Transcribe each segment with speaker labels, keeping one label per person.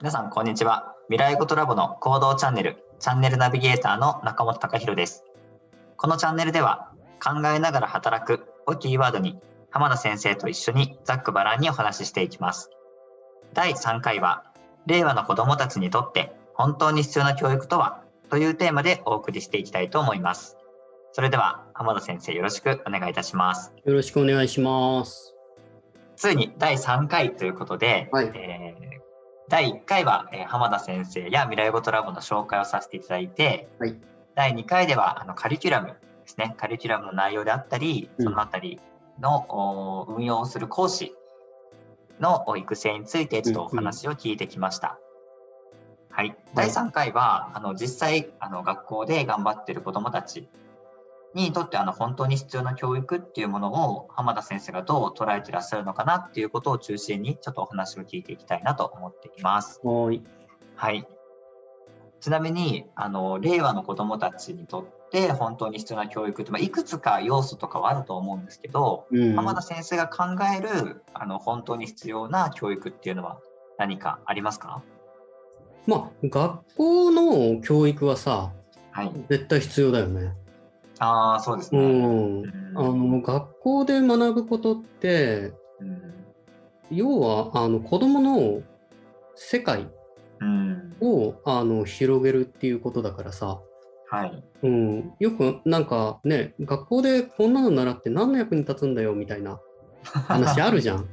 Speaker 1: 皆さんこんにちは未来語トラボの行動チャンネルチャンネルナビゲーターの中本貴博ですこのチャンネルでは考えながら働くをキーワードに浜田先生と一緒にざっくばらんにお話ししていきます第3回は令和の子どもたちにとって本当に必要な教育とはというテーマでお送りしていきたいと思いますそれでは浜田先生よろしくお願いいたします
Speaker 2: よろしくお願いします。
Speaker 1: ついに第3回ということで、
Speaker 2: はい
Speaker 1: えー第1回は、えー浜田先生や未来語トラボの紹介をさせていただいて、
Speaker 2: はい
Speaker 1: 第2回ではあのカリキュラムですねカリキュラムの内容であったり
Speaker 2: うん
Speaker 1: そのあたりの、おー運用をする講師のお育成についてちょっとお話を聞いてきました。はい、第3回はあの実際あの学校で頑張っている子どもたちにとってあの本当に必要な教育っていうものを浜田先生がどう捉えてらっしゃるのかなっていうことを中心にちょっとお話を聞いていきたいなと思っています。
Speaker 2: はい。
Speaker 1: はい。ちなみにあの令和の子どもたちにとって本当に必要な教育って、まあ、いくつか要素とかはあると思うんですけど、
Speaker 2: うん。
Speaker 1: 浜田先生が考えるあの本当に必要な教育っていうのは何かありますか？
Speaker 2: まあ、学校の教育はさ、
Speaker 1: はい。
Speaker 2: 絶対必要だよね。
Speaker 1: ああそうです
Speaker 2: う
Speaker 1: ね。
Speaker 2: ん。あの、学校で学ぶことって、
Speaker 1: うん。
Speaker 2: 要は、あの、子供の世界
Speaker 1: うん。
Speaker 2: を、あの、広げるっていうことだからさ、
Speaker 1: はい。
Speaker 2: うん。よく、なんかね、学校でこんなの習って何の役に立つんだよ、みたいな話ある じゃん。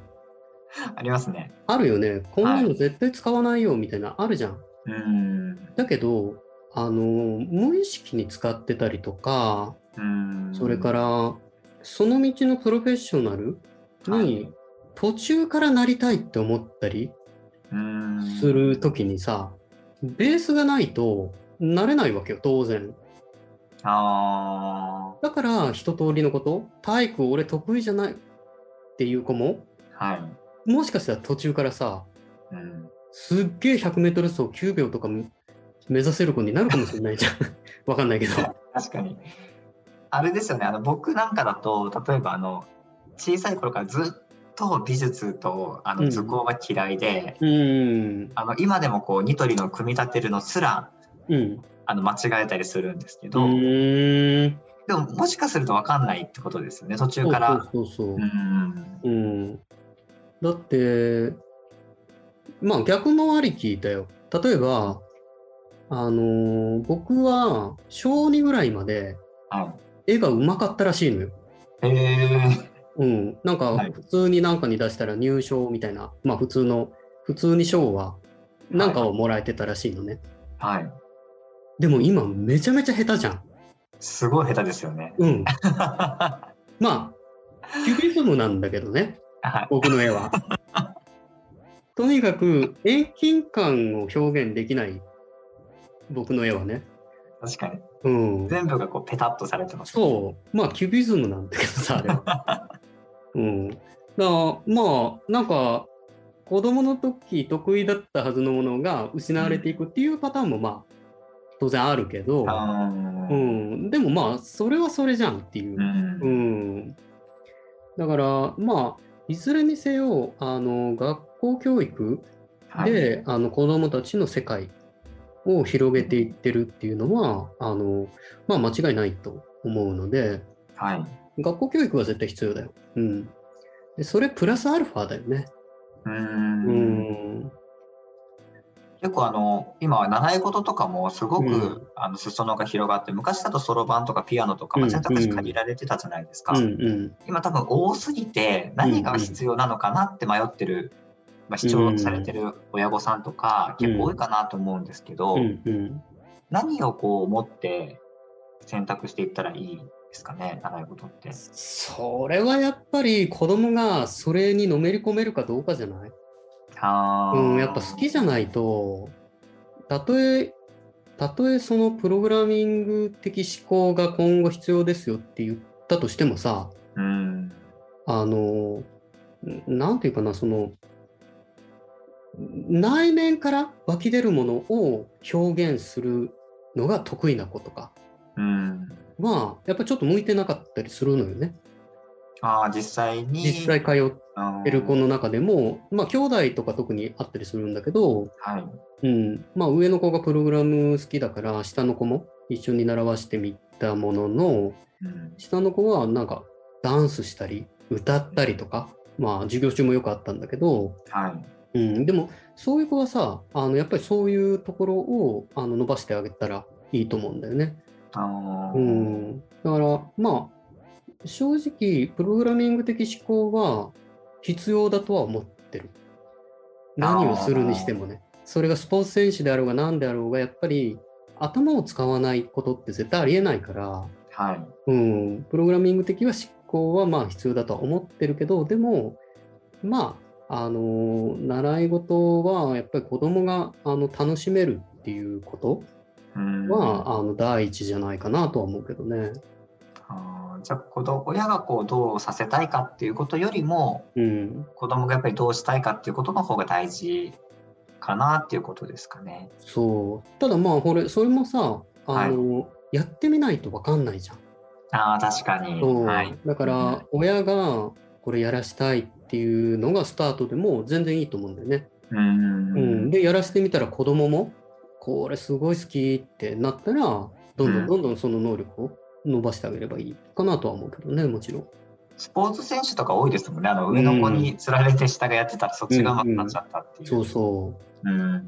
Speaker 1: ありますね。
Speaker 2: あるよね。こんなの絶対使わないよ、みたいな、あるじゃん。
Speaker 1: うん。
Speaker 2: だけどあの無意識に使ってたりとか
Speaker 1: うん
Speaker 2: それからその道のプロフェッショナル
Speaker 1: は
Speaker 2: に
Speaker 1: い
Speaker 2: 途中からなりたいって思ったり
Speaker 1: うん
Speaker 2: する時にさベースがないとなれないわけよ当然
Speaker 1: あ
Speaker 2: だから一通りのこと体育俺得意じゃないっていう子も
Speaker 1: あはい、
Speaker 2: もしかしたら途中からさ
Speaker 1: うん、
Speaker 2: すっげえ 100m 走9秒とか目指せる子になるかもしれないじゃん わかんないけど
Speaker 1: 確かにあれですよねあの僕なんかだと例えばあの小さい頃からずっと美術とあ
Speaker 2: う
Speaker 1: の
Speaker 2: ん
Speaker 1: 図工が嫌いで、
Speaker 2: うん
Speaker 1: あの今でもこうニトリの組み立てるのすら
Speaker 2: うん
Speaker 1: あの間違えたりするんですけ
Speaker 2: う
Speaker 1: ど、
Speaker 2: ーん
Speaker 1: でももしかすると分かんないってことですよね途中から。
Speaker 2: そうそうそう
Speaker 1: うん
Speaker 2: そう、うん、だってまあ逆もありきだよ例えばあのー僕は小2ぐらいまで
Speaker 1: は
Speaker 2: 絵がうまかったらしいのよ。
Speaker 1: い、え
Speaker 2: うん、なんか
Speaker 1: はい
Speaker 2: 普通になんかに出したら入賞みたいな、まあ普通の普通に賞はなんかをもらえてたらしいのね、
Speaker 1: ー、はい
Speaker 2: でも今めちゃめちゃ下手じゃん
Speaker 1: すごい下手ですよね。
Speaker 2: うん
Speaker 1: は
Speaker 2: まあキュビズムなんだけどね
Speaker 1: い、
Speaker 2: 僕の絵 は。とにかく遠近感を表現できない僕の絵はね。
Speaker 1: 確かに
Speaker 2: うん、
Speaker 1: 全部がこうペタッとされてます。
Speaker 2: そうまあキュビズムなんだけどさあれは。 うん、だまあなんか子供の時得意だったはずのものが失われていくっていうパターンもまあ当然あるけど、
Speaker 1: あ
Speaker 2: う
Speaker 1: ー
Speaker 2: ん、でもまあそれはそれじゃんってい
Speaker 1: う。
Speaker 2: う
Speaker 1: ん
Speaker 2: うん、だからまあいずれにせよあの学校教育
Speaker 1: はい
Speaker 2: で、あの子どもたちの世界を広げていってるっていうのはあの、まあ、間違いないと思うので
Speaker 1: はい、
Speaker 2: 学校教育は絶対必要だよ。うん、でそれプラスアルファだよね。
Speaker 1: うー
Speaker 2: うんん
Speaker 1: 結構あの今は習い事とかもすごく、
Speaker 2: うん
Speaker 1: あの裾野が広がって昔だとそろばんとかピアノとか
Speaker 2: う
Speaker 1: ま
Speaker 2: ん
Speaker 1: あ選択肢限られてたじゃないですか、
Speaker 2: うんうん
Speaker 1: 今多分多すぎて何が必要なのかなって迷ってる、まあ、視聴されてる親御さんとか
Speaker 2: うん
Speaker 1: 結構多いかなと思うんですけど、
Speaker 2: うんうん
Speaker 1: 何をこう持って選択していったらいいですかね習い事って。
Speaker 2: それはやっぱり子供がそれにのめり込めるかどうかじゃない
Speaker 1: あー
Speaker 2: うん、やっぱ好きじゃないとたとえたとえそのプログラミング的思考が今後必要ですよって言ったとしてもさ
Speaker 1: うん
Speaker 2: あの何て言うかなその内面から湧き出るものを表現するのが得意な子とか
Speaker 1: うん
Speaker 2: まあ、やっぱちょっと向いてなかったりするのよね。
Speaker 1: ああ、実際に。
Speaker 2: 実際通っ
Speaker 1: うん
Speaker 2: てる子の中でも、まあ、兄弟とか特にあったりするんだけど、
Speaker 1: はい。
Speaker 2: うん、まあ、上の子がプログラム好きだから、下の子も一緒に習わしてみたものの、
Speaker 1: うん
Speaker 2: 下の子はなんかダンスしたり歌ったりとか、まあ授業中もよくあったんだけど、
Speaker 1: はい。
Speaker 2: うん、でもそういう子はさあのやっぱりそういうところをあの伸ばしてあげたらいいと思うんだよね。
Speaker 1: あのー
Speaker 2: うん、だからまあ正直プログラミング的思考は必要だとは思ってる。何をするにしてもね。それがスポーツ選手であろうが何であろうがやっぱり頭を使わないことって絶対ありえないから。
Speaker 1: はい。
Speaker 2: うん、プログラミング的は執行はまあ必要だとは思ってるけど、でも、まあ、あの、習い事はやっぱり子供があの楽しめるっていうこと
Speaker 1: うん
Speaker 2: は、あの第一じゃないかなとは思うけどね。
Speaker 1: あーじゃあ子供親がこうどうさせたいかっていうことよりも
Speaker 2: うん、
Speaker 1: 子供がやっぱりどうしたいかっていうことの方が大事かなっていうことですかね。
Speaker 2: そう。ただまあ、これ、それもさ、あの、やってみないと分かんないじゃん。
Speaker 1: ああ確かに。
Speaker 2: そう
Speaker 1: はい。
Speaker 2: だから、親がこれやらしたいっていうのがスタートでも全然いいと思うんだよね。
Speaker 1: う
Speaker 2: うんん、。でやらせてみたら子供もこれすごい好きってなったらどんど
Speaker 1: うん
Speaker 2: んどんどんその能力を伸ばしてあげればいいかなとは思うけどねもちろん。
Speaker 1: スポーツ選手とか多いですもんね。あの上の子につられて下がやってたらそっちが上手くなっちゃったっていう。。
Speaker 2: そうそう
Speaker 1: うん。
Speaker 2: う、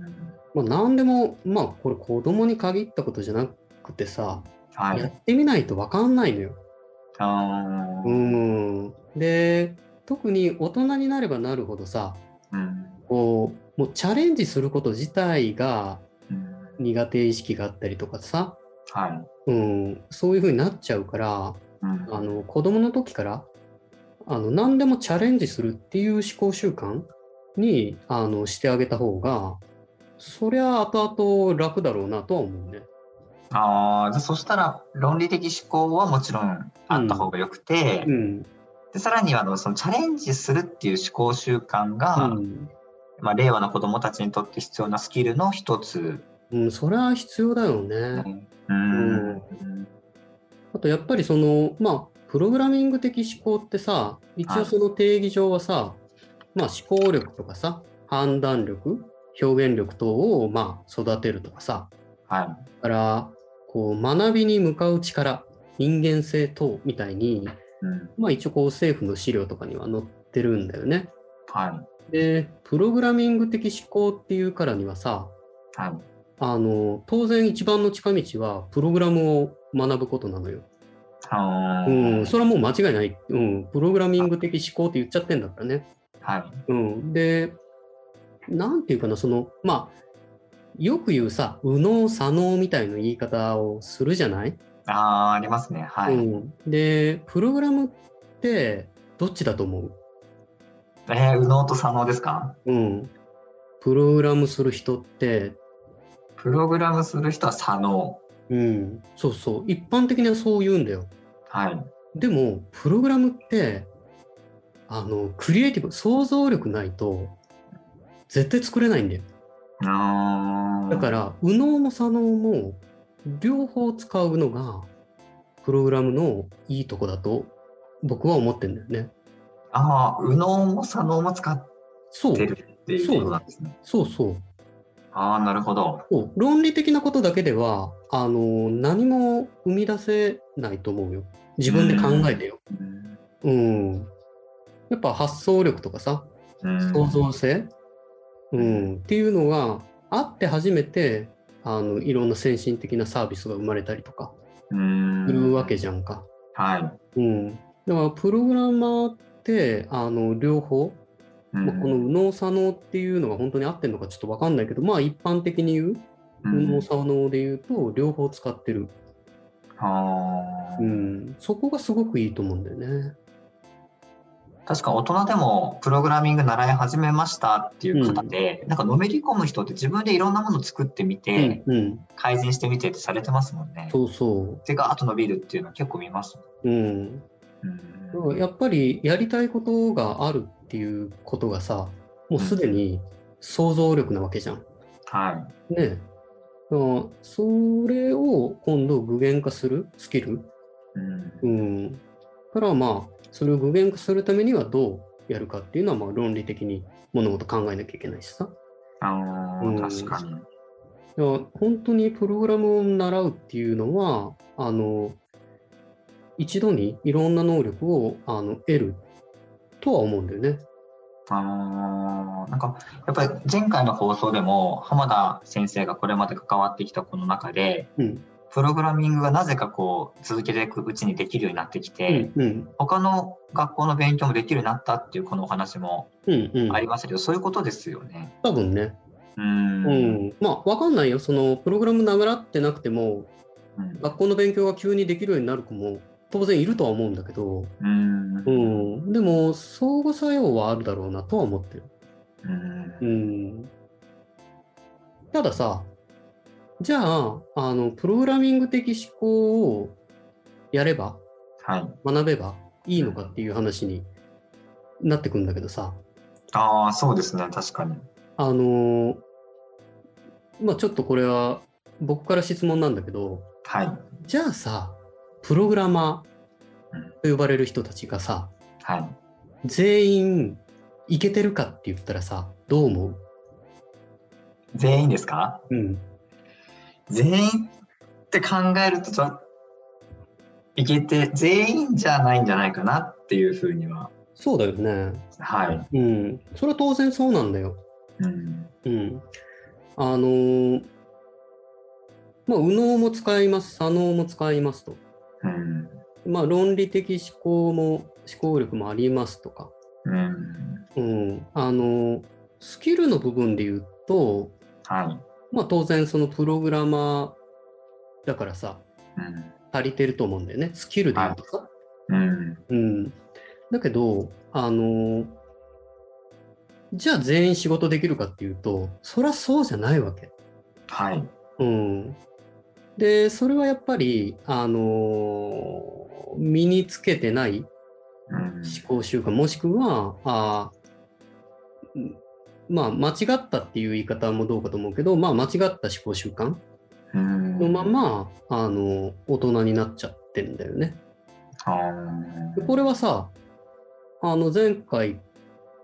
Speaker 2: まあ、何でもまあこれ子供に限ったことじゃなくてさ、
Speaker 1: は
Speaker 2: や
Speaker 1: い。
Speaker 2: ってみないと分かんないのよ。
Speaker 1: あー
Speaker 2: うん、で特に大人になればなるほどさ
Speaker 1: うん。
Speaker 2: こうもうチャレンジすること自体が
Speaker 1: うん
Speaker 2: 苦手意識があったりとかさ、
Speaker 1: はい。
Speaker 2: うん、そういう風になっちゃうから
Speaker 1: うん
Speaker 2: あの子供の時からあの何でもチャレンジするっていう思考習慣にあのしてあげた方がそりゃ後々楽だろうなとは思うね。
Speaker 1: ああ、じゃあそしたら論理的思考はもちろんあった方がよくて、
Speaker 2: うん
Speaker 1: でさらにはあのそのチャレンジするっていう思考習慣
Speaker 2: う
Speaker 1: が、
Speaker 2: ん
Speaker 1: まあ、令和の子どもたちにとって必要なスキルの一つ、
Speaker 2: うん、それは必要だよね。
Speaker 1: う
Speaker 2: うん
Speaker 1: ん
Speaker 2: あとやっぱりそのまあプログラミング的思考ってさ一
Speaker 1: は
Speaker 2: 応
Speaker 1: い
Speaker 2: その定義上はさ、まあ思考力とかさ判断力表現力等をまあ育てるとかさ、
Speaker 1: はい
Speaker 2: だからこう学びに向かう力人間性等みたいに、
Speaker 1: うん
Speaker 2: まあ、一応こう政府の資料とかには載ってるんだよね。
Speaker 1: はい
Speaker 2: でプログラミング的思考っていうからにはさ
Speaker 1: はい
Speaker 2: あの当然一番の近道はプログラムを学ぶことなのよ。
Speaker 1: あ
Speaker 2: う
Speaker 1: ー
Speaker 2: ん、それはもう間違いない、うん。プログラミング的思考って言っちゃってんだからね。
Speaker 1: はい
Speaker 2: うん、で、なんていうかな、その、まあ、よく言うさ、右脳、左脳みたいな言い方をするじゃない
Speaker 1: あーありますねはい、
Speaker 2: うん、でプログラムってどっちだと思う、
Speaker 1: えー右脳と左脳ですか
Speaker 2: うん、プログラムする人って、
Speaker 1: プログラムする人は左脳
Speaker 2: うん、そうそう一般的にはそう言うんだよ
Speaker 1: はい
Speaker 2: でもプログラムってあのクリエイティブ想像力ないと絶対作れないんだよ
Speaker 1: あー
Speaker 2: だから右脳も左脳も両方使うのがプログラムのいいとこだと僕は思ってんだよね
Speaker 1: ああ右脳も左脳も使っ
Speaker 2: そう
Speaker 1: てるっていうことなんですね
Speaker 2: そうそう
Speaker 1: ああなるほど
Speaker 2: そう論理的なことだけではあの何も生み出せないと思うよ自分で考えてよ、
Speaker 1: うん
Speaker 2: うんやっぱ発想力とかさ
Speaker 1: うん
Speaker 2: 創造性、うんっていうのがあって初めてあのいろんな先進的なサービスが生まれたりとか
Speaker 1: うん
Speaker 2: するわけじゃんか、
Speaker 1: はい、
Speaker 2: うん、だからプログラマーってあの両方、
Speaker 1: うん
Speaker 2: まあこの右脳左脳っていうのが本当に合ってるのかちょっと分かんないけどまあ一般的に言う
Speaker 1: うん
Speaker 2: 右脳左脳で言うと両方使ってる、
Speaker 1: あー
Speaker 2: うん、そこがすごくいいと思うんだよね。
Speaker 1: 確か大人でもプログラミング習い始めましたっていう方で、なんかのめり込む人って自分でいろんなもの作ってみ
Speaker 2: う
Speaker 1: て、
Speaker 2: ん、うん、
Speaker 1: 改善してみてってされてますもんね。
Speaker 2: そうそ
Speaker 1: 手が後伸びるっていうのは結構見ます。
Speaker 2: う、うん、
Speaker 1: うん
Speaker 2: だからやっぱりやりたいことがあるっていうことがさもうすでに想像力なわけじゃん。
Speaker 1: は
Speaker 2: ねえだからそれを今度具現化するスキル
Speaker 1: うん
Speaker 2: うん、だからまあそれを具現化するためにはどうやるかっていうのはまあ論理的に物事考えなきゃいけないしさ。
Speaker 1: あ
Speaker 2: うん
Speaker 1: ー確かに。
Speaker 2: いや本当にプログラムを習うっていうのはあの一度にいろんな能力をあの得るとは思うんだよね。
Speaker 1: あーなんかやっぱり前回の放送でも浜田先生がこれまで関わってきたこの中で
Speaker 2: うん
Speaker 1: プログラミングがなぜかこう続けていくうちにできるようになってき
Speaker 2: う
Speaker 1: て、
Speaker 2: んうん
Speaker 1: 他の学校の勉強もできるようになったっていうこのお話も
Speaker 2: うんうん
Speaker 1: ありましたけど、そういうことですよね。
Speaker 2: 多分ね。
Speaker 1: う
Speaker 2: うんん、まあわかんないよそのプログラム習ってなくても
Speaker 1: うん
Speaker 2: 学校の勉強が急にできるようになる子も当然いるとは思うんだけど、
Speaker 1: うん
Speaker 2: う、ん、でも相互作用はあるだろうなとは思ってる。
Speaker 1: うん
Speaker 2: うん、たださじゃああのプログラミング的思考をやれば
Speaker 1: はい。
Speaker 2: 学べばいいのかっていう話になってくんだけどさ
Speaker 1: ああ、そうですね、確かに。
Speaker 2: あのまあちょっとこれは僕から質問なんだけど
Speaker 1: はい。
Speaker 2: じゃあさプログラマ
Speaker 1: うん
Speaker 2: ーと呼ばれる人たちがさ
Speaker 1: はい。
Speaker 2: 全員いけてるかって言ったらさどう思う、
Speaker 1: 全員ですか
Speaker 2: うん、
Speaker 1: 全員って考えるとちょっといけて全員じゃないんじゃないかなっていうふうには
Speaker 2: そうだよね
Speaker 1: はい、
Speaker 2: うん、それは当然そうなんだよ。
Speaker 1: うん、
Speaker 2: うん、あのーまあ右脳も使います左脳も使いますと、
Speaker 1: うん
Speaker 2: まあ、論理的思考も思考力もありますとか、
Speaker 1: うん
Speaker 2: うんあのースキルの部分で言うと、
Speaker 1: はい
Speaker 2: まあ、当然そのプログラマーだからさ
Speaker 1: うん
Speaker 2: 足りてると思うんだよねスキルで言うとさ。
Speaker 1: うん
Speaker 2: うん、だけど、あのーじゃあ全員仕事できるかっていうとそりゃそうじゃないわけ。
Speaker 1: はい
Speaker 2: うん、でそれはやっぱり、あのー身につけてない
Speaker 1: うん
Speaker 2: 思考習慣もしくはあーうんまあ間違ったっていう言い方もどうかと思うけど、まあ、間違った思考習慣
Speaker 1: うん
Speaker 2: のまま、あの大人になっちゃってんだよね。
Speaker 1: あ
Speaker 2: で
Speaker 1: ー
Speaker 2: これはさあの前回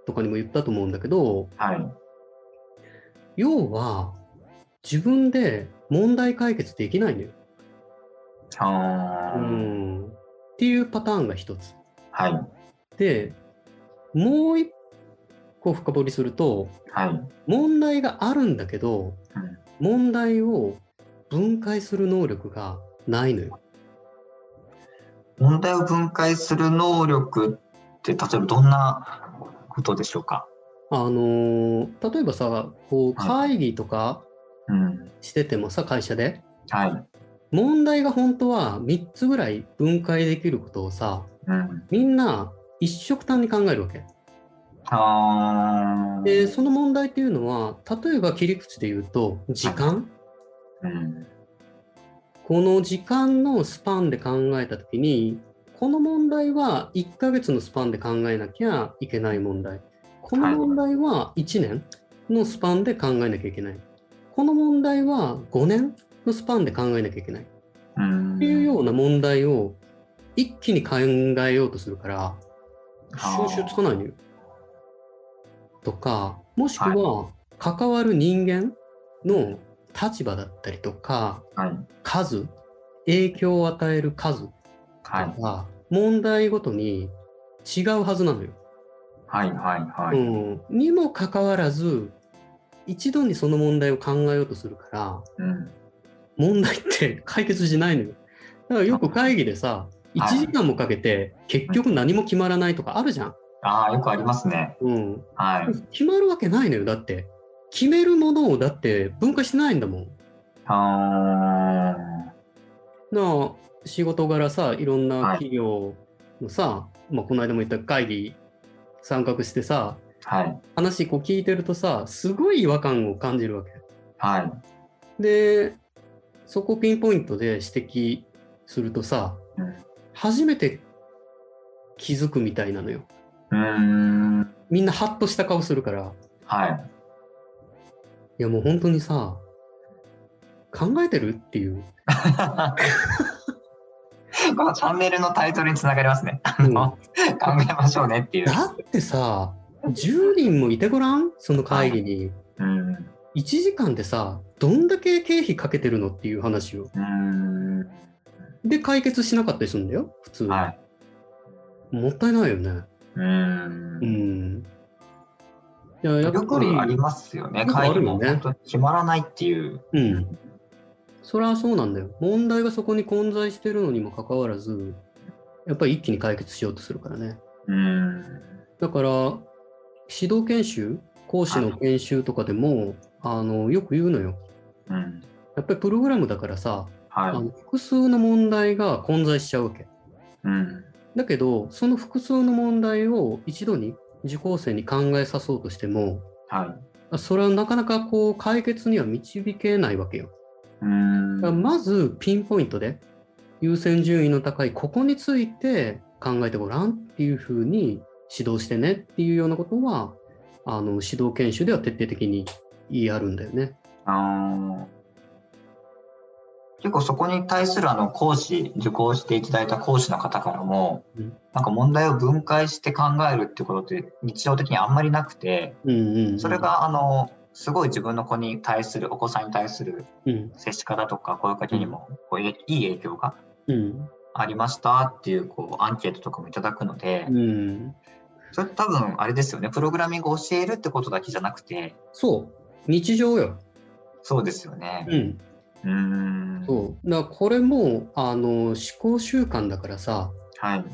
Speaker 2: とかにも言ったと思うんだけど
Speaker 1: はい
Speaker 2: 要は自分で問題解決できないのよ。
Speaker 1: あ
Speaker 2: う
Speaker 1: ー
Speaker 2: んっていうパターンが一つ。
Speaker 1: はい
Speaker 2: でもう一個深掘りすると
Speaker 1: はい
Speaker 2: 問題があるんだけど
Speaker 1: うん
Speaker 2: 問題を分解する能力がないのよ。
Speaker 1: 問題を分解する能力って例えばどんなことでしょうか
Speaker 2: あのー例えばさこう会議とか
Speaker 1: うん
Speaker 2: しててもさ会社で
Speaker 1: はい
Speaker 2: 問題が本当は3つぐらい分解できることをさ
Speaker 1: うん
Speaker 2: みんな一色単に考えるわけ。
Speaker 1: あー
Speaker 2: でその問題っていうのは例えば切り口で言うと時間
Speaker 1: うん
Speaker 2: この時間のスパンで考えた時にこの問題は1ヶ月のスパンで考えなきゃいけない問題この問題は1年のスパンで考えなきゃいけないこの問題は5年のスパンで考えなきゃいけないっ
Speaker 1: うん
Speaker 2: ていうような問題を一気に考えようとするから収集つかないのよ。とかもしくは関わる人間の立場だったりとか
Speaker 1: はい
Speaker 2: 数影響を与える数
Speaker 1: はい
Speaker 2: が問題ごとに違うはずなのよ。
Speaker 1: はいはいは
Speaker 2: う
Speaker 1: い。
Speaker 2: ん、にもかかわらず一度にその問題を考えようとするか
Speaker 1: う
Speaker 2: ら
Speaker 1: ん。
Speaker 2: 問題って解決しないのよ。だからよく会議でさ1
Speaker 1: はい
Speaker 2: 時間もかけて結局何も決まらないとかあるじゃん。
Speaker 1: ああ、よくありますね。
Speaker 2: うん、
Speaker 1: はい。
Speaker 2: 決まるわけないのよだって決めるものをだって分解してないんだもん
Speaker 1: あ
Speaker 2: なあ仕事柄さいろんな
Speaker 1: はい
Speaker 2: 企業のさ、まあ、この間も言った会議参画してさ
Speaker 1: ーはい。
Speaker 2: 話こう聞いてるとさすごい違和感を感じるわけ
Speaker 1: はい。
Speaker 2: でそこピンポイントで指摘するとさ
Speaker 1: うん
Speaker 2: 初めて気づくみたいなのよ
Speaker 1: うーん。
Speaker 2: みんなハッとした顔するから
Speaker 1: はい。
Speaker 2: いやもう本当に さ考えてるっていう
Speaker 1: このチャンネルのタイトルにつながりますね。 あの考えましょうねって いう。
Speaker 2: だってさ、10人もいてごらん、その会議に。
Speaker 1: うん。う
Speaker 2: 1時間でさ、どんだけ経費かけてるのっていう話を。
Speaker 1: ーん。
Speaker 2: で、解決しなかったりするんだよ、普通。
Speaker 1: はい。
Speaker 2: もったいないよね。
Speaker 1: う。
Speaker 2: うんん。いや、や
Speaker 1: よ
Speaker 2: っぱ
Speaker 1: く
Speaker 2: り、
Speaker 1: ありますよね。
Speaker 2: よくあ
Speaker 1: 会議
Speaker 2: るよ
Speaker 1: も
Speaker 2: ね
Speaker 1: 本当に決まらないっていう。
Speaker 2: うん。それはそうなんだよ。問題がそこに混在してるのにもかかわらず、やっぱり一気に解決しようとするからね。
Speaker 1: うん。
Speaker 2: だから、指導研修、講師の研修とかでも、あの、よく言うのよ。
Speaker 1: うん。
Speaker 2: やっぱりプログラムだからさ、あ
Speaker 1: は
Speaker 2: の複数の問題が混在しちゃうわけ。
Speaker 1: い。うん。
Speaker 2: だけど、その複数の問題を一度に受講生に考えさそうとしても、
Speaker 1: はい。
Speaker 2: それはなかなかこう解決には導けないわけよ。
Speaker 1: うーん。
Speaker 2: だからまずピンポイントで優先順位の高いここについて考えてごらんっていうふうに指導してねっていうようなことはあの指導研修では徹底的に言いあるんだよね。
Speaker 1: あー結構そこに対するあの講師、受講していただいた講師の方からも、
Speaker 2: うん
Speaker 1: なんか問題を分解して考えるってことって日常的にあんまりなくて、
Speaker 2: うんうんうん、
Speaker 1: それ、があの、すごい自分の子に対する、お子さんに対する
Speaker 2: うん
Speaker 1: 接し方とか声かけにもこういいい影響が
Speaker 2: うん
Speaker 1: ありましたっていうこうアンケートとかもいただくので
Speaker 2: う、ん、
Speaker 1: それ多分あれですよね、プログラミングを教えるってことだけじゃなくて、
Speaker 2: そう日常よ。
Speaker 1: そうですよね。
Speaker 2: うん、
Speaker 1: うーん。
Speaker 2: そうだからこれもあの思考習慣だからさ
Speaker 1: はい。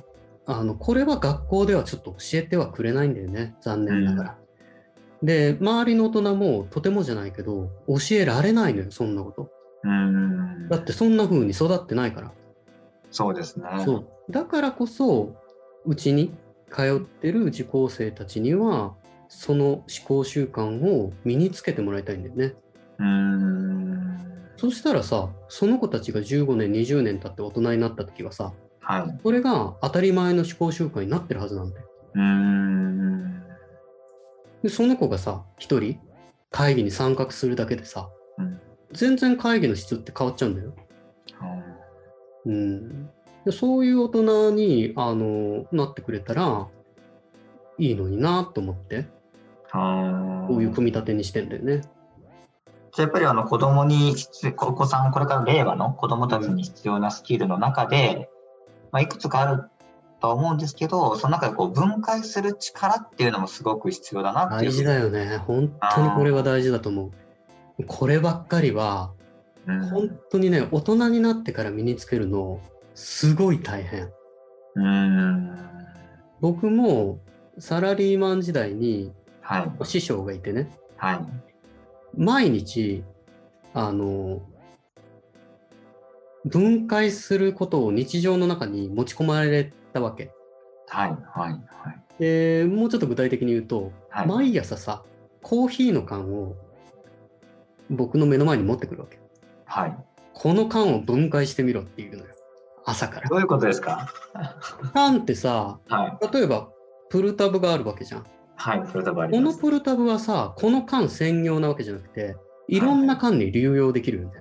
Speaker 2: あのこれは学校ではちょっと教えてはくれないんだよね残念ながら。で周りの大人もとてもじゃないけど教えられないのよそんなこと。
Speaker 1: うーん。
Speaker 2: だってそんな風に育ってないから。
Speaker 1: そうですね。
Speaker 2: そうだからこそうちに通ってる受講生たちにはその思考習慣を身につけてもらいたいんだよね。
Speaker 1: うーん。
Speaker 2: そしたらさその子たちが15年20年経って大人になった時はさ
Speaker 1: はい。う
Speaker 2: これが当たり前の思考習慣になってるはずなんだよ
Speaker 1: ーん。
Speaker 2: でその子がさ一人会議に参画するだけでさ、
Speaker 1: うん
Speaker 2: 全然会議の質って変わっちゃうんだよ。うん、でそういう大人にあのなってくれたらいいのになと思って
Speaker 1: は
Speaker 2: こういう組み立てにしてんだよね。
Speaker 1: やっぱりあの子供に必要お子さんこれから令和の子供たちに必要なスキルの中で、まあ、いくつかあるとは思うんですけどその中でこう分解する力っていうのもすごく必要だなっていう
Speaker 2: 大事だよね本当にこれは大事だと思う。こればっかりは
Speaker 1: うん
Speaker 2: 本当にね大人になってから身につけるのすごい大変。
Speaker 1: うん
Speaker 2: 僕もサラリーマン時代に
Speaker 1: はい
Speaker 2: 師匠がいてね
Speaker 1: はい
Speaker 2: 毎日あの分解することを日常の中に持ち込まれたわけ。
Speaker 1: はいはい
Speaker 2: でもうちょっと具体的に言うと、
Speaker 1: はいはい
Speaker 2: 毎朝さコーヒーの缶を僕の目の前に持ってくるわけ。
Speaker 1: はい
Speaker 2: この缶を分解してみろっていうのよ朝から
Speaker 1: ど。ういうことですか
Speaker 2: 缶ってさ
Speaker 1: はい
Speaker 2: 例えばプルタブがあるわけじゃん。
Speaker 1: はいそれとはあり
Speaker 2: こ
Speaker 1: ま
Speaker 2: の
Speaker 1: す
Speaker 2: プルタブはさこの缶専用なわけじゃなくていろんな缶に流用できるよね。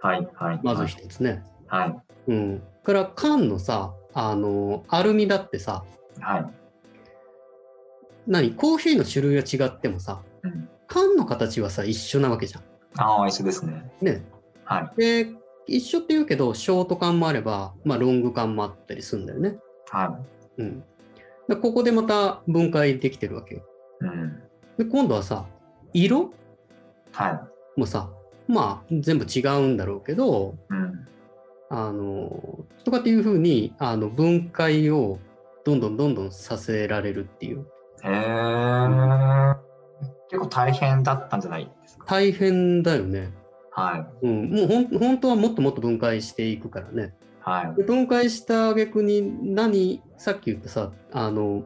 Speaker 1: はいはい
Speaker 2: まず一つね。
Speaker 1: はい
Speaker 2: うん。から缶のさ、あの、アルミだってさ、
Speaker 1: はい
Speaker 2: 何、コーヒーの種類が違ってもさ、
Speaker 1: うん
Speaker 2: 缶の形はさ、一緒なわけじゃん。
Speaker 1: ああ一緒ですね
Speaker 2: ね。
Speaker 1: はい
Speaker 2: で、一緒って言うけど、ショート缶もあれば、まあ、ロング缶もあったりするんだよね。
Speaker 1: は
Speaker 2: うん。でここでまた分解できてるわけよ。
Speaker 1: いうん
Speaker 2: で、今度はさ、色
Speaker 1: はい
Speaker 2: もさ、まあ、全部違うんだろうけど、
Speaker 1: うん
Speaker 2: あの、とかっていうふうに、あの、分解をどんどんどんどんさせられるっていう。
Speaker 1: へえ。結構大変だったんじゃないですか。
Speaker 2: 大変だよね。
Speaker 1: はい。
Speaker 2: うん、もうほん本当はもっともっと分解していくからね。
Speaker 1: はい。
Speaker 2: で分解した挙句に何さっき言ったさあの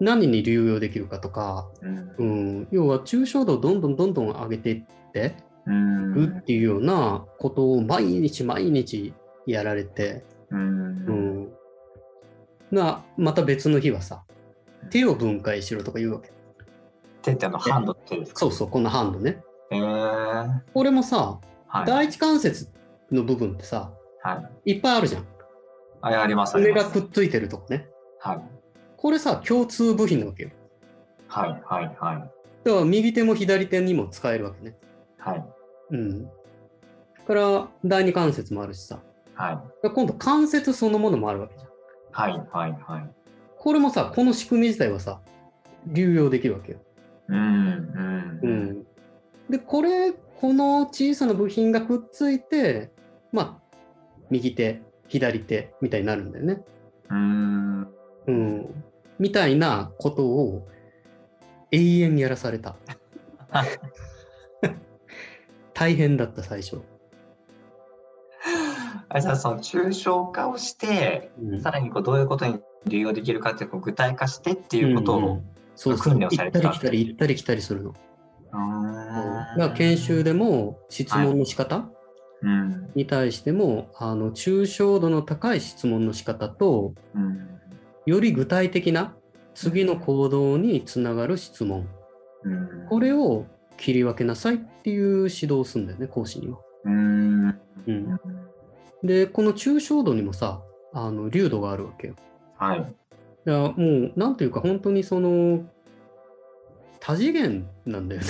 Speaker 2: 何に流用できるかとか、
Speaker 1: うん。
Speaker 2: うん、要は抽象度をどんどんどんどん上げていって
Speaker 1: うん。
Speaker 2: るっていうようなことを毎日毎日やられて、
Speaker 1: う。
Speaker 2: うんん、なまた別の日はさ手を分解しろとか言うわけ。
Speaker 1: 手ってあの、ハンドってですか
Speaker 2: そうそうこのハンドね。
Speaker 1: へえ。は
Speaker 2: これもさ
Speaker 1: い。
Speaker 2: 第一関節の部分ってさ
Speaker 1: はい。
Speaker 2: いっぱいあるじゃん。
Speaker 1: はい、あります、あり
Speaker 2: 目
Speaker 1: ま
Speaker 2: が
Speaker 1: す。
Speaker 2: くっついてるとかね。
Speaker 1: はい、
Speaker 2: これさ、共通部品なわけよ。
Speaker 1: はい、はい、はい。
Speaker 2: だから右手も左手にも使えるわけね。
Speaker 1: はい、
Speaker 2: うん。だから、第二関節もあるしさ。だか
Speaker 1: はい、
Speaker 2: ら今度、関節そのものもあるわけじゃん。
Speaker 1: はい、はい、はい。
Speaker 2: これもさ、この仕組み自体はさ、流用できるわけよ。
Speaker 1: うん、う、
Speaker 2: うんん。で、これ、この小さな部品がくっついて、まあ、右手、左手みたいになるんだよね。
Speaker 1: うん。
Speaker 2: うん、みたいなことを永遠にやらされた。大変だった最初。
Speaker 1: あれさ、その抽象化をして、
Speaker 2: うん
Speaker 1: さらにこうどういうことに利用できるかってこう具体化してっていうこと
Speaker 2: うんう
Speaker 1: を。
Speaker 2: んそうそう
Speaker 1: 訓練
Speaker 2: 行
Speaker 1: をされ
Speaker 2: って
Speaker 1: た
Speaker 2: たり来たり行ったり来たりするの。
Speaker 1: うー
Speaker 2: だ
Speaker 1: ん
Speaker 2: から研修でも質問の仕方
Speaker 1: うん
Speaker 2: に対しても、あの抽象度の高い質問の仕方と
Speaker 1: うん
Speaker 2: より具体的な次の行動につながる質問
Speaker 1: うん
Speaker 2: これを切り分けなさいっていう指導をするんだよね講師には。
Speaker 1: うん
Speaker 2: うんで、この抽象度にもさ、あの、流度があるわけよ。
Speaker 1: はい
Speaker 2: だからもう、なんというか、本当にその、多次元なんだよね。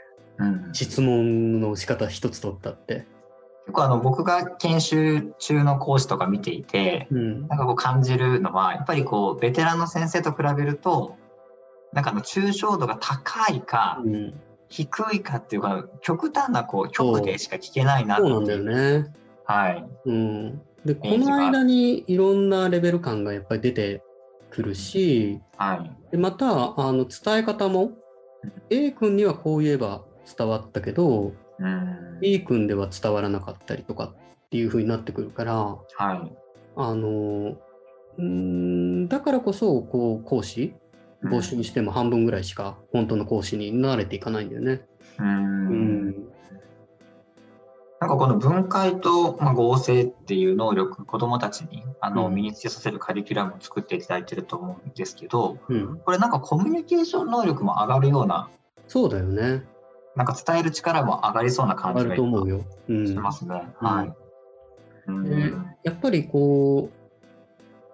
Speaker 1: うん結
Speaker 2: 質問の仕方一つ取ったって。
Speaker 1: 構あの僕が研修中の講師とか見ていて
Speaker 2: うん
Speaker 1: な。んかこう感じるのはやっぱりこうベテランの先生と比べるとなんかあの抽象度が高いか
Speaker 2: うん、
Speaker 1: 低いかっていうか極端なこう極でしか聞けないなって
Speaker 2: そう
Speaker 1: い
Speaker 2: なんだよね。
Speaker 1: はい
Speaker 2: うん。で、こ
Speaker 1: イメージ
Speaker 2: の
Speaker 1: がある
Speaker 2: 間にいろんなレベル感がやっぱり出てくるし、
Speaker 1: はい
Speaker 2: でまた、あの、伝え方も、A 君にはこう言えば伝わったけど、
Speaker 1: うん
Speaker 2: B 君では伝わらなかったりとかっていう風になってくるから、
Speaker 1: はい
Speaker 2: あのうーんだからこそこう講師
Speaker 1: うん
Speaker 2: 募集にしても半分ぐらいしか本当の講師に慣れていかないんだよね。
Speaker 1: うんなんかこの分解と、まあ、合成っていう能力、子どもたちにあの
Speaker 2: うん
Speaker 1: 身につけさせるカリキュラムを作っていただいてると思うんですけど、
Speaker 2: うん、
Speaker 1: これなんかコミュニケーション能力も上がるような、
Speaker 2: そうだよね。
Speaker 1: なんか伝える力も上がりそうな感
Speaker 2: あ
Speaker 1: じ
Speaker 2: る
Speaker 1: が
Speaker 2: と思うよ。うん、
Speaker 1: しますね。はい。うん
Speaker 2: うんやっぱりこ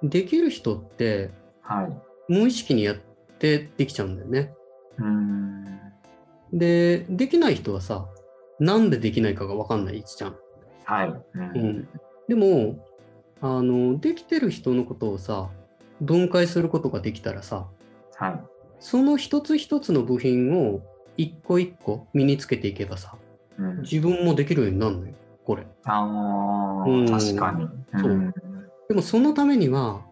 Speaker 2: うできる人って
Speaker 1: はい。
Speaker 2: 無意識にやってできちゃうんだよね。
Speaker 1: うん。
Speaker 2: でできない人はさなんでできないかが分かんないじゃん。
Speaker 1: はい。
Speaker 2: う
Speaker 1: うん
Speaker 2: ん、でもあのできてる人のことをさ分解することができたらさ
Speaker 1: はい。
Speaker 2: その一つ一つの部品を一個一個身につけていけばさ、
Speaker 1: うん
Speaker 2: 自分もできるようになるのよ、これ。
Speaker 1: あのー
Speaker 2: うん
Speaker 1: 確かに。
Speaker 2: そうんでもそのためには、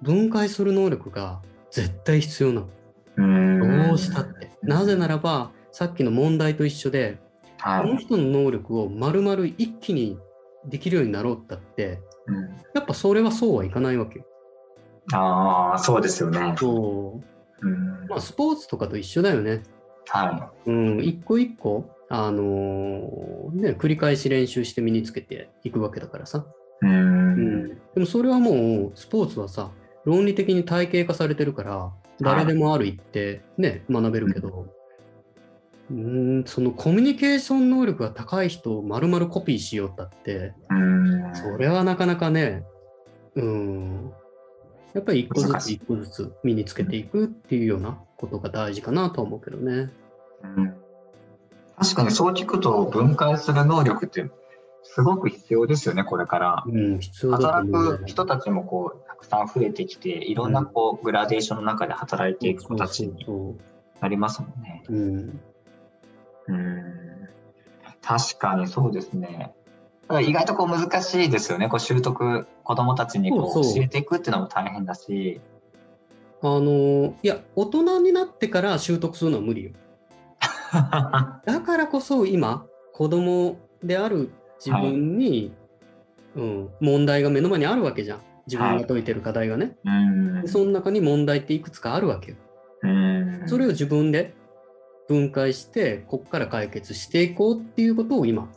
Speaker 2: 分解する能力が絶対必要な
Speaker 1: うん
Speaker 2: の。どうしたって。なぜならば、さっきの問題と一緒で、
Speaker 1: は
Speaker 2: この
Speaker 1: い。
Speaker 2: 人の能力を丸々一気にできるようになろうったって、
Speaker 1: うん、
Speaker 2: やっぱそれはそうはいかないわけよ。
Speaker 1: ああ、そうですよね。
Speaker 2: そう。
Speaker 1: うん、
Speaker 2: まあ、スポーツとかと一緒だよね。
Speaker 1: は
Speaker 2: うん、一個一個、あのーね、繰り返し練習して身につけていくわけだからさ。
Speaker 1: い。うん
Speaker 2: でもそれはもうスポーツはさ論理的に体系化されてるから誰でもある一定ね学べるけど、うーんそのコミュニケーション能力が高い人を丸々コピーしようったって
Speaker 1: うん
Speaker 2: それはなかなかねうんやっぱり一個ずつ一個ずつ身につけていくっていうようなことが大事かなとは思うけどね。
Speaker 1: うん確かにそう聞くと分解する能力ってすごく必要ですよねこれから
Speaker 2: うん、必要だと
Speaker 1: 働
Speaker 2: 思う、
Speaker 1: く人たちもこうたくさん増えてきていろんなこうグラデーションの中で働いていく子たちに
Speaker 2: そう
Speaker 1: なりますもんね
Speaker 2: そうそううん
Speaker 1: うん確かにそうですねただ意外とこう難しいですよねこう習得子どもたちにこ
Speaker 2: そううそう
Speaker 1: 教えていくっていうのも大変だし
Speaker 2: あのいや大人になってから習得するのは無理よ。
Speaker 1: は
Speaker 2: だからこそ今子供である自分に、うん、問題が目の前にあるわけじゃん自分が解いてる課題がね、
Speaker 1: いうん
Speaker 2: でその中に問題っていくつかあるわけよ、
Speaker 1: うん
Speaker 2: それを自分で分解してこっから解決していこうっていうことを今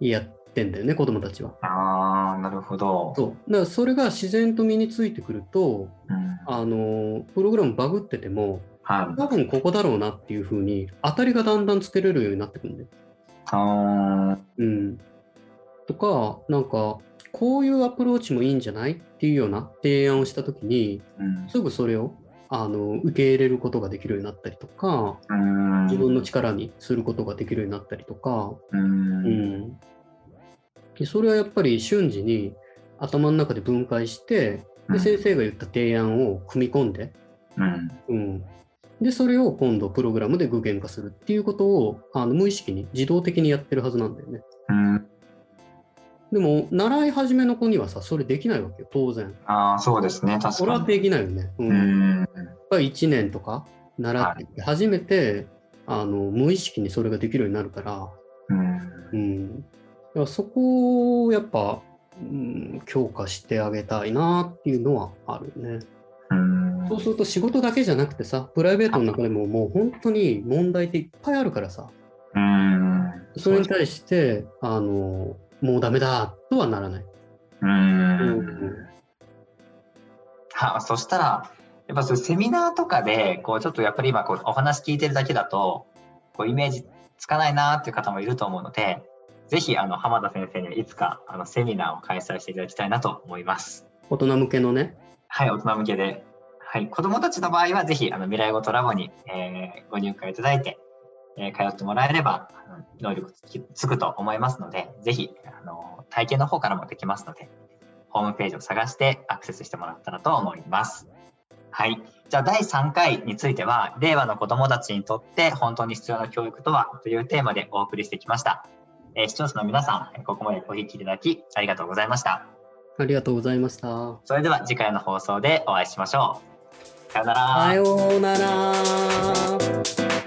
Speaker 2: やってんだよね子供たちは
Speaker 1: ああなるほど
Speaker 2: そうだからそれが自然と身についてくると
Speaker 1: うん
Speaker 2: あのプログラムバグってても
Speaker 1: はい
Speaker 2: 多分ここだろうなっていうふうに当たりがだんだんつけれるようになってくるんだよ
Speaker 1: あー
Speaker 2: うん、とか、なんか、こういうアプローチもいいんじゃないっっていうような提案をした時に
Speaker 1: うん
Speaker 2: すぐそれをあの受け入れることができるようになったりとか
Speaker 1: うん
Speaker 2: 自分の力にすることができるようになったりとか、
Speaker 1: うん
Speaker 2: うん、でそれはやっぱり瞬時に頭の中で分解して
Speaker 1: う
Speaker 2: で
Speaker 1: ん
Speaker 2: 先生が言った提案を組み込んで、
Speaker 1: うん
Speaker 2: うん、でそれを今度プログラムで具現化するっていうことをあの無意識に自動的にやってるはずなんだよね。
Speaker 1: うん
Speaker 2: でも習い始めの子にはさそれできないわけよ当然。
Speaker 1: ああそうですね確
Speaker 2: 俺は
Speaker 1: か
Speaker 2: できないよね。う
Speaker 1: に
Speaker 2: ん
Speaker 1: う
Speaker 2: やっ
Speaker 1: ん
Speaker 2: ぱり1年とか習ってきて初めて、あの無意識にそれができるようになるから。
Speaker 1: うん
Speaker 2: うん、だからそこをやっぱ、うん、強化してあげたいなっていうのはあるよね。
Speaker 1: うん
Speaker 2: そうすると仕事だけじゃなくてさプライベートの中でももう本当に問題っていっぱいあるからさ
Speaker 1: うん
Speaker 2: それに対してあのもうダメだとはならない。
Speaker 1: うんはそしたらやっぱそういうセミナーとかでこうちょっとやっぱり今こうお話聞いてるだけだとこうイメージつかないなーっていう方もいると思うのでぜひあの浜田先生にはいつかあのセミナーを開催していただきたいなと思います。
Speaker 2: 大人向けのね
Speaker 1: はい、大人向けで。はい、子供たちの場合は、ぜひ、あの、未来語トラボに、えーご入会いただいて、えー通ってもらえれば、あの能力つきつくと思いますので、ぜひ、あの、体験の方からもできますので、ホームページを探してアクセスしてもらったらと思います。はい。じゃあ、第3回については、令和の子供たちにとって本当に必要な教育とはというテーマでお送りしてきました。えー視聴者の皆さん、ここまでお聞きいただき、ありがとうございました。
Speaker 2: ありがとうございました。
Speaker 1: それでは次回の放送でお会いしましょう。さようなら。
Speaker 2: さようなら。